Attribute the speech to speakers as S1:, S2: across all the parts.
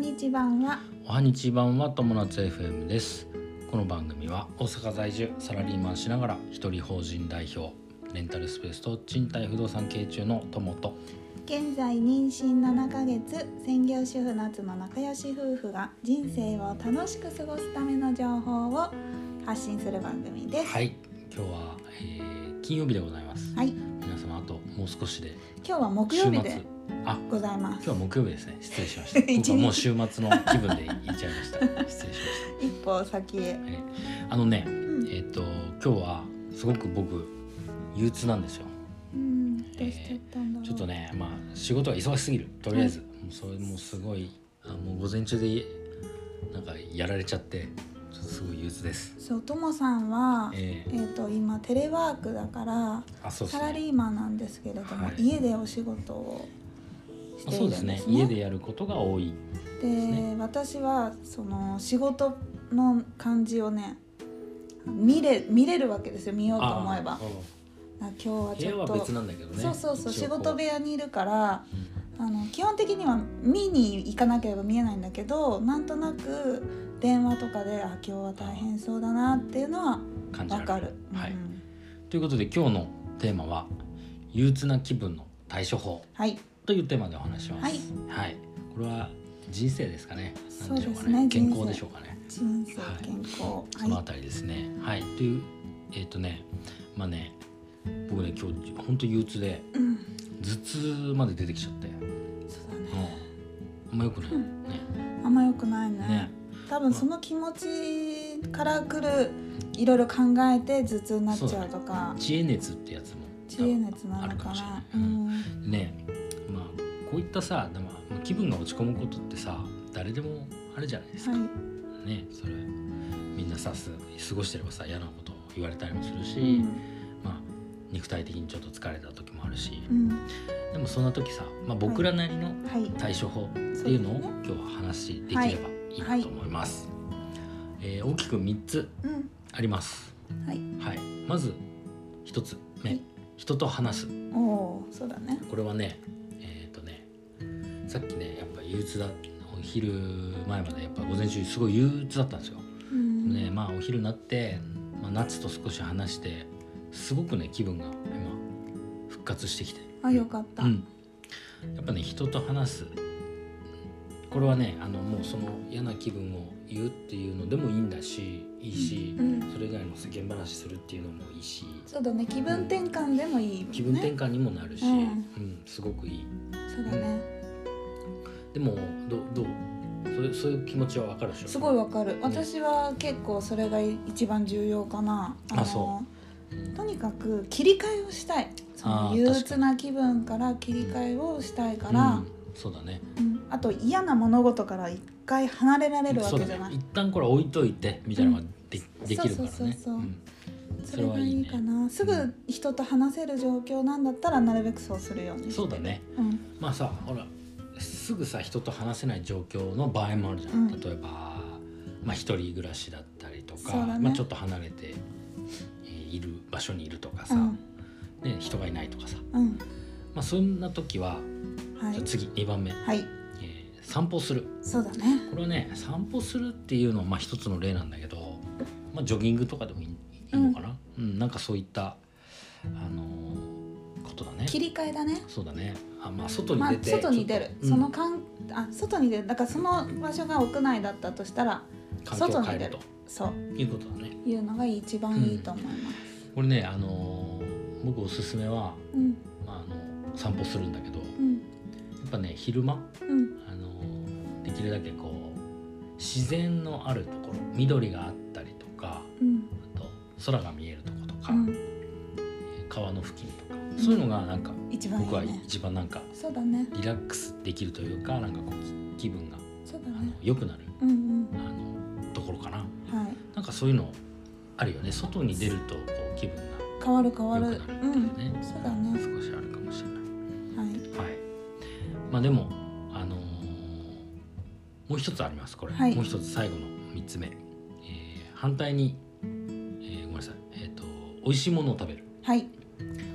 S1: 日版は
S2: おはにちばんは友達 FM ですこの番組は大阪在住サラリーマンしながら一人法人代表レンタルスペースと賃貸不動産経営中の友と
S1: 現在妊娠7ヶ月専業主婦夏の仲良し夫婦が人生を楽しく過ごすための情報を発信する番組です
S2: はい今日は、えー金曜日でございます
S1: はい、
S2: 皆様あともう少しで
S1: 今日は木
S2: 週
S1: 曜
S2: 末
S1: 日で
S2: あ
S1: ございま
S2: 今
S1: す
S2: 日は木曜日ですね失礼しました
S1: 一日
S2: 僕はもう週末の気分でいっちゃいました失礼し
S1: 一歩先へ
S2: ました、はい、あのね
S1: うん
S2: えっ、と今日はすごく僕憂鬱なんですよ
S1: うんどうしちゃったんだろう、
S2: ちょっとね、まあ、仕事が忙しすぎる、とりあえず、もうそれもうすごい、あもう午前中で、なんかやられちゃって、ちょっとすごい憂鬱です。
S1: そうともさんはえっ、
S2: ええ
S1: と今テレワークだから
S2: あ、そうで
S1: サラ
S2: すね。
S1: リーマンなんですけれども、
S2: はい
S1: 家でお仕事をし
S2: あ
S1: てい
S2: そ
S1: る
S2: うんで
S1: ですすね
S2: ね。家でやることが多い。
S1: で
S2: ね
S1: 私はその仕事の感じをね見れ見れるわけですよ見ようと思えばだ
S2: あ
S1: か
S2: う
S1: ら今日は
S2: ん部
S1: ち
S2: 屋
S1: ょっ
S2: は
S1: と、
S2: 別なんだけどね。
S1: そうそうそう仕
S2: 一応こ
S1: 事部屋にいるから
S2: うん
S1: あの基本的には見に行かなければ見えないんだけどなんとなく電話とかであ今日は大変そうだなっていうのは
S2: 感じあ
S1: わ
S2: る
S1: かる。
S2: はい
S1: うん
S2: ということで、今日のテーマは、憂鬱な気分の対処法
S1: はい、
S2: というテーマでお話しします。はい。これは人生ですかね。なんしょ
S1: そ
S2: か
S1: うですね人
S2: 健康
S1: 生
S2: でしょうかね。
S1: 人生
S2: はい
S1: 健康、
S2: そのあたりですね。はい、というえっ、とねまあね僕ね今日本当憂鬱で
S1: うん、
S2: 頭痛まで出てきちゃって、うん、
S1: そうだね
S2: あんま良くない、
S1: うん
S2: ね
S1: あんま良くないね
S2: ね
S1: 多分その気持ちからくるいろいろ考えて頭痛になっちゃうとか
S2: 知恵熱ってやつも
S1: 知恵熱な
S2: ある
S1: の
S2: か
S1: か
S2: もしれな、
S1: ないうん、
S2: ねまあこういったさでもまあ気分が落ち込むことってさ誰でもあるじゃないですか、
S1: は
S2: ねそれみんなさす過ごしてればさ嫌なことを言われたりもするし、
S1: い、うん
S2: まあ肉体的にちょっと疲れた時もあるし、
S1: うん
S2: でもそんな時さ、まあ、僕らなりの
S1: はい
S2: 対処法っていうのを
S1: そう
S2: 今日は話しできればいいなと思います、えー大きく3つ
S1: うん
S2: あります、
S1: はい
S2: はい、まず1つ目、
S1: はい
S2: 人と話す
S1: おおーそうだね
S2: これはねえっ、とねさっきねやっぱ憂鬱だお昼前までやっぱ午前中すごい憂鬱だったんですよ、
S1: うん
S2: ねまあお昼になって、まあ、夏と少し話してすごくね気分が今復活してきて
S1: あよかった、
S2: うん、やっぱね人と話すこれはねあのもうその嫌な気分を言うっていうのでもいいんだしいいし
S1: う、ん
S2: それ以外の世間話するっていうのもいいし
S1: そうだね気分転換でもいいもんね
S2: 気分転換にもなるし、
S1: う
S2: うんんすごくいい
S1: そうだね
S2: でもどどうそういうそういう気持ちはわかるでしょ
S1: すごいわかる私は結構それが一番重要かなの
S2: あそ
S1: とにかく切り替えをしたいそ
S2: あ
S1: の
S2: ー
S1: 憂鬱な気分から切り替えをしたいから、
S2: うん、そうだね
S1: うんあと嫌な物事から一回離れられるわ
S2: そう
S1: けじ
S2: だ
S1: ゃ
S2: ね
S1: ない
S2: 一旦これ置いといてみたいなのがで,、
S1: ん
S2: できるからね
S1: そうそうそうそうんそれがいいか
S2: それはいいね
S1: なすぐ人と話せる状況なんだったらなるべくそうするようにして
S2: そうだね
S1: うん
S2: まあさほらすぐさ人と話せない状況の場合もあるじゃん、
S1: うん
S2: 例えば、まあ、一人暮らしだったりとか、
S1: そうだね
S2: まあ、ちょっと離れてえーいる場所にいるとかさ、
S1: うん
S2: ね、人がいないとかさ、
S1: うん
S2: まあ、そんな時は、
S1: は
S2: じゃあ
S1: い、
S2: 次2番目、え
S1: はい、
S2: ー散歩する
S1: そうだね
S2: これはね散歩するっていうのはまあ一つの例なんだけど、まあ、ジョギングとかでもいいいいのかな、うんなんかそういった、あのーことだね。
S1: 切り替えだね
S2: そうだねあ、まあ、外に
S1: まあ
S2: 出て、
S1: 外に出る
S2: ちょっ、と
S1: そのかんあ外に出るだからその場所が屋内だったとしたら
S2: うん環境を変え
S1: 外に出
S2: る
S1: る
S2: と
S1: そう
S2: いうことだね。
S1: いうのが一番いいと思います、
S2: これね、あのー僕おすすめは、
S1: うん、
S2: まあ、あの散歩するんだけどや
S1: うん
S2: っぱね昼間、
S1: うん
S2: あのーできるだけこう自然のあるところ緑があったりとか
S1: うん
S2: あと空が見えるとことか、
S1: うん
S2: 川の付近とかそういうのがなんか、
S1: 一番い
S2: 僕はい
S1: ね
S2: 一番なんか
S1: そうだね
S2: リラックスできるというかなんかこうき気分が
S1: そうだ
S2: あ
S1: ね
S2: の良くなる
S1: うん
S2: あのところかな。
S1: うんはい
S2: なんかそういうのあるよね外に出るとこう気分が
S1: 変わる変わ
S2: 良
S1: る
S2: くなるっていうね、
S1: うんそうだね
S2: 少しあるかもしれな
S1: は
S2: い。
S1: い
S2: はい。まあでもあのーもう一つありますこれ、
S1: はい
S2: もう一つ最後の三つ目、えー反対に、えーごめんなさいえっ、と美味しいものを食べる
S1: はい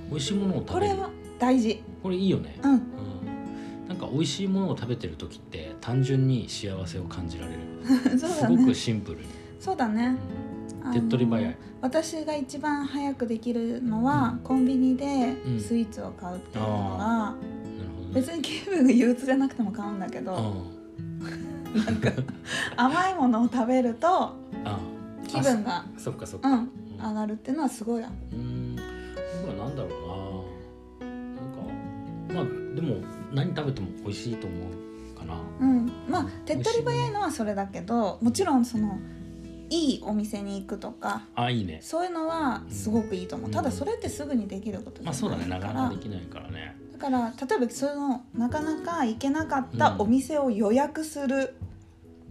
S2: 美味しいものを食
S1: こ
S2: べ
S1: れ
S2: る
S1: は大事
S2: これいいよね、
S1: うん
S2: うんなんか美味しいものを食べてる時って単純に幸せを感じられる、
S1: そう
S2: す
S1: だ
S2: ごく
S1: ね
S2: シンプルに、
S1: そうだね
S2: うん手っ取り早
S1: あの
S2: い
S1: 私が一番早くできるのは、コンビニで
S2: うん
S1: スイーツを買うっていうのが、
S2: なるほどね
S1: 別に気分が憂鬱じゃなくても買うんだけど、
S2: うん
S1: 甘いものを食べると
S2: あ
S1: 気分が
S2: そそっかそっ
S1: う
S2: か、
S1: ん
S2: うん
S1: 上がるっていうのはすごいや
S2: うーん僕はなんだろうななんかまあでも何食べても美味しいと思うかな
S1: うんまあ手っ取り早いのはそれだけどもちろんそのいいお店に行くとか
S2: あいいね
S1: そういうのはすごくいいと思う、
S2: うん
S1: ただそれってすぐにできることじ
S2: まあ
S1: ゃ
S2: そうだ
S1: な
S2: ね
S1: い
S2: な
S1: か、
S2: からなかできないからね
S1: だから例えばそのなかなか行けなかったお店を予約する、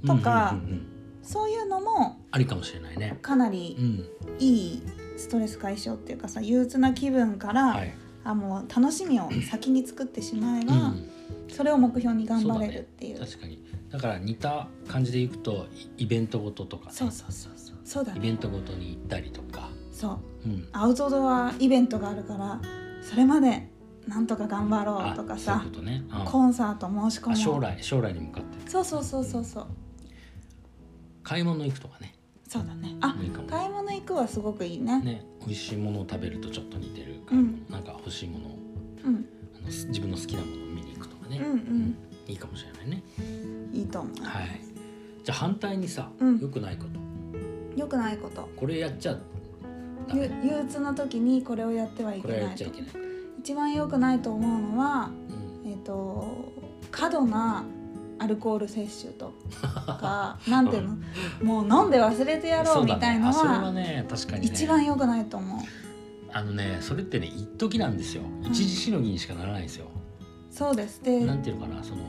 S1: とか
S2: うんうんうんうん
S1: そういうのも
S2: ありかもしれないね
S1: かな
S2: う
S1: り
S2: ん
S1: いいストレス解消っていうかさ憂鬱な気分から、
S2: はい、
S1: あもう楽しみを先に作ってしまえ
S2: う
S1: ば、
S2: ん、
S1: それを目標に頑
S2: そう
S1: 張
S2: だ
S1: れ
S2: ね
S1: るっていう,、
S2: 確かにだから似た感じでいくとイイベントごととかね、
S1: そうそうそうそうそうだ
S2: イ
S1: ね
S2: ベントごとに行ったりとか、
S1: そう
S2: うん、
S1: アウトドアイベントがあるからそれまでなんとか頑張ろうとか
S2: あ
S1: さ
S2: そういうことねあ
S1: コンサート申し込
S2: あ将
S1: もう
S2: 来将来に向かって
S1: そうそうそうそうそう
S2: 買い物行くとかね
S1: そうだねあ
S2: いいかも
S1: 買い物行くはすごくいいね
S2: ね美味しいものを食べるとちょっと似てる買い物、
S1: うん
S2: なんか欲しいものを
S1: うん、
S2: あのす自分の好きなものを見に行くとかね、
S1: うんうん
S2: いいかもしれないね
S1: いいと思う、
S2: はいじゃあ反対にさ、
S1: うん
S2: 良くないこと
S1: 良くないこと
S2: これやっちゃダ
S1: ゆ
S2: メ
S1: 憂鬱な時にこれをやってはいけ
S2: これはや
S1: な
S2: っ
S1: い
S2: ちゃ
S1: と
S2: いけない、
S1: 一番良くないと思うのは
S2: うん、
S1: えっ、と過度なアルコール摂取と かなんていうのもう飲んで忘れてやろう
S2: そう
S1: み
S2: だね
S1: たいの
S2: あそれは
S1: は
S2: ね確かにね
S1: 一番良くないと思う
S2: あのねそれってね一時なんですよ一時しのぎにしかならないんですよ、
S1: そうですで
S2: なんていうのかなその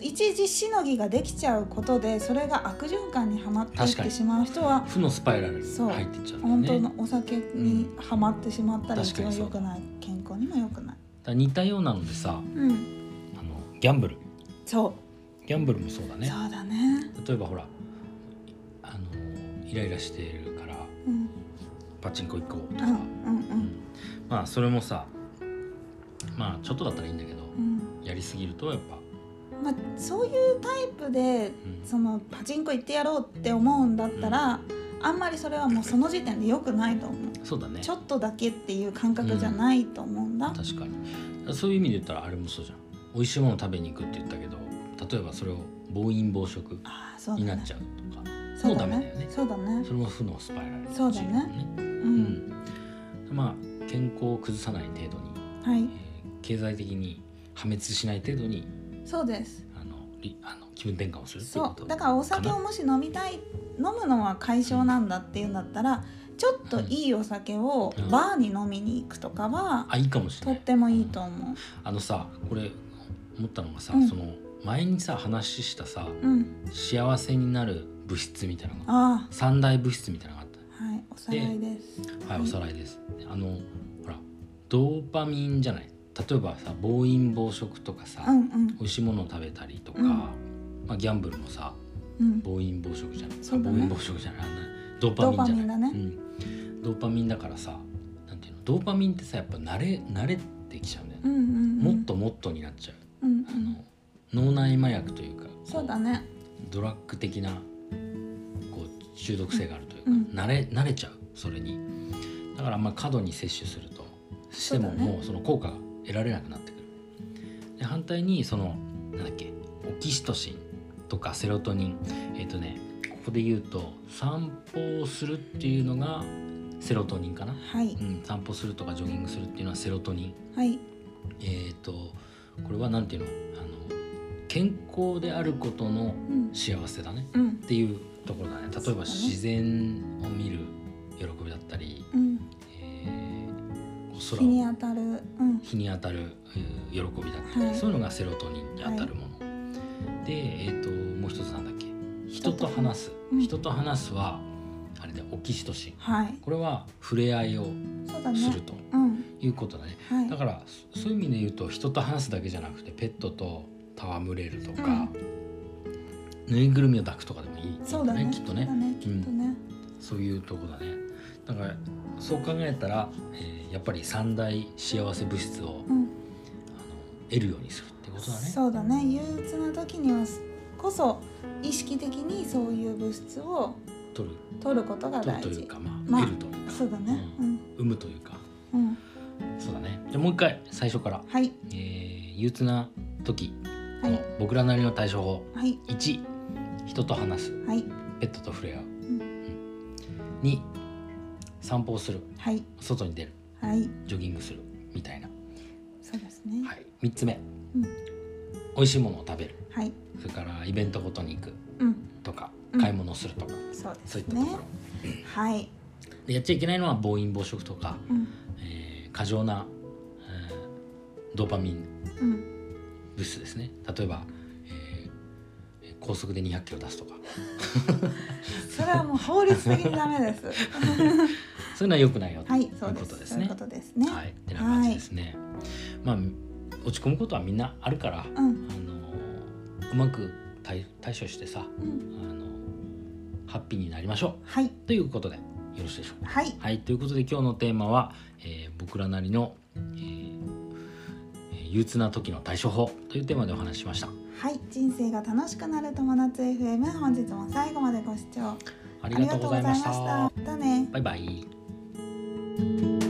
S1: 一時しのぎができちゃうことでそれが悪循環にはまっていっ
S2: 確か
S1: て
S2: に
S1: しまう人は
S2: うん負のスパイラルに
S1: そう
S2: 入ってっちゃうん
S1: 本
S2: だ
S1: 当
S2: よね
S1: のお酒にはまってしまったら
S2: うん
S1: 一番良くない健康にも良くない
S2: だから似たようなのでさ
S1: うん
S2: あのギャンブル
S1: そ
S2: ギャンブルもそうだ
S1: う
S2: ね
S1: そうだね
S2: 例えばほらあのイライラしてるから
S1: うん
S2: パチンコ行こうと
S1: う
S2: か、
S1: ん
S2: うんまあそれもさまあちょっとだったらいいんだけど、
S1: うんうん
S2: やりすぎるとやっぱ、
S1: まあそういうタイプで
S2: うん
S1: そのパチンコ行ってやろうって思うんだったらあんまりそれはもうその時点で良くないと思う
S2: そうだね
S1: ちょっとだけっていう感覚じゃないと思うんだ、
S2: 確かにそういう意味で言ったらあれもそうじゃん美味しいもの食べに行くって言ったけど例えばそれを暴飲暴食
S1: ああそう
S2: に
S1: だ
S2: な
S1: ね
S2: っちゃうとか
S1: そ
S2: も
S1: う
S2: う
S1: だ
S2: ダメだ
S1: ね
S2: よね
S1: そうだね
S2: それも負のスパイラルに
S1: そうだね
S2: 陥るもん
S1: う、
S2: うんんまあ健康を崩さない程度に、
S1: はい
S2: えー経済的に破滅しない程度に
S1: そうです
S2: あのりあの気分転換をするっていうこ
S1: そ
S2: と
S1: うだからお酒をもし飲みたい飲むのは解消なんだっていうんだったらちょっといいお酒を
S2: うん
S1: バーに飲みに行くとかは
S2: あいいかもしれ
S1: と
S2: な
S1: っ
S2: い
S1: てもいいと思
S2: あのさこれ思ったのがさ、
S1: うん
S2: その前にさ話したさ
S1: ううん
S2: 幸せになる物質みたいなのが
S1: あ
S2: 三大物質みたいなのがあっ
S1: あはいおさらいです
S2: たはい、
S1: うん
S2: おさらいですあのほらドーパミンじゃない例えばさ暴飲暴食とかさ、
S1: うんうん
S2: 美味しいものを食べたりとか、
S1: うん
S2: まあ、ギャンブルもさ
S1: うん
S2: 暴飲暴食じゃない、
S1: そうだ
S2: 暴
S1: ね
S2: 飲暴食じゃないあんなドーパミンじゃな
S1: ドー
S2: い
S1: パミ
S2: うん、ドーパミンだからさなんていうのドーパミンってさやっぱ慣れ慣れてきちゃうんだよ
S1: う
S2: ね、
S1: んうんうん
S2: もっともっとになっちゃう
S1: うんう
S2: あ
S1: ん
S2: の脳内麻薬というか
S1: そうだね
S2: ドラッグ的なこう中毒性があるというか、
S1: うん
S2: 慣れ慣れちゃうそれにだからあんま過度に摂取するとしても
S1: そうだね
S2: もうその効果が得られなくなってくるで反対にそのなんだっけオキシトシンとかセロトニンえっ、とねここで言うと散歩をするっていうのがセロトニンかな、
S1: はい
S2: うん、散歩するとかジョギングするっていうのはセロトニン
S1: はい
S2: えっ、とこれはなんていうのあの健康であることの
S1: うん
S2: 幸せだね
S1: うん
S2: っていうところだね例
S1: そ
S2: え
S1: う
S2: ば
S1: だね
S2: 自然を見る喜びだったり、
S1: うん
S2: えーこう空
S1: 日に
S2: を
S1: 当たるうん
S2: 日に当たる、えー喜びだったり、
S1: はい
S2: そういうのがセロトニンに当たるもの、で、えー、ともう一つなんだっけ人と話す
S1: うん
S2: 人と話すはあれでオキシトシン
S1: はい
S2: これは触れ合いを
S1: そうだ
S2: する
S1: ね
S2: と
S1: うん
S2: いうことだね
S1: はい
S2: だからそそういう意味で言うと人と話すだけじゃなくてペットと戯れるとか、ぬいぐるみを抱くとかでもいい
S1: そうだね
S2: きっとね
S1: そうだねきっとね
S2: そういうとこだねだからそう考えたら、えーやっぱり三大幸せ物質を、
S1: うん
S2: あの得るようにするってことだね。
S1: そうだね憂鬱な時にはこそ意識的にそういう物質を
S2: 取る
S1: 取ることが
S2: 取
S1: 大
S2: るという
S1: 事
S2: か、まあ
S1: まあ
S2: 得るというか
S1: そうだねうん
S2: 生むというか
S1: うん
S2: そうだね。じゃあもう一回最初から、
S1: はい
S2: えー、憂鬱な時
S1: は
S2: の
S1: い
S2: 僕らなりの対処法
S1: はい
S2: 1人と話す
S1: はい
S2: ペットと触れ合う、
S1: ん
S2: うん2散歩をする
S1: はい
S2: 外に出る
S1: はい
S2: ジョギングするみたいな、
S1: そうですね
S2: はい、3つ目
S1: うん
S2: 美味しいものを食べる
S1: はい
S2: それからイベントごとに行く
S1: うん
S2: とか
S1: うん
S2: 買い物をするとか、
S1: そうで
S2: そうい
S1: す
S2: ったと
S1: ね
S2: ころ、
S1: はい
S2: でやっちゃいけないのは暴飲暴食とか、
S1: うん
S2: えー過剰な、えードーパミン
S1: うん
S2: 物質ですね例えば、えー高速で200キロ出すとか
S1: それはもう法律的にダメ です
S2: そういうのは良くないよと
S1: はいいうそうで
S2: こと
S1: す
S2: です
S1: そういうこ。
S2: ね
S1: とですね
S2: はい、ってな感じですね。まあ落ち込むことはみんなあるから、
S1: う
S2: あ
S1: ん
S2: のうまく対対処してさ、
S1: うん
S2: あのハッピーになりましょ
S1: はいう
S2: ということでよろしいでしょうか。
S1: はい
S2: はい、ということで今日のテーマは、えー僕らなりの、えーえー憂鬱な時の対処法というテーマでお話ししました。
S1: はい人生が楽しくなる友達 FM 本日も最後までご視聴
S2: ありがとうございました。
S1: ありがとうございましたまたね
S2: バイバイ。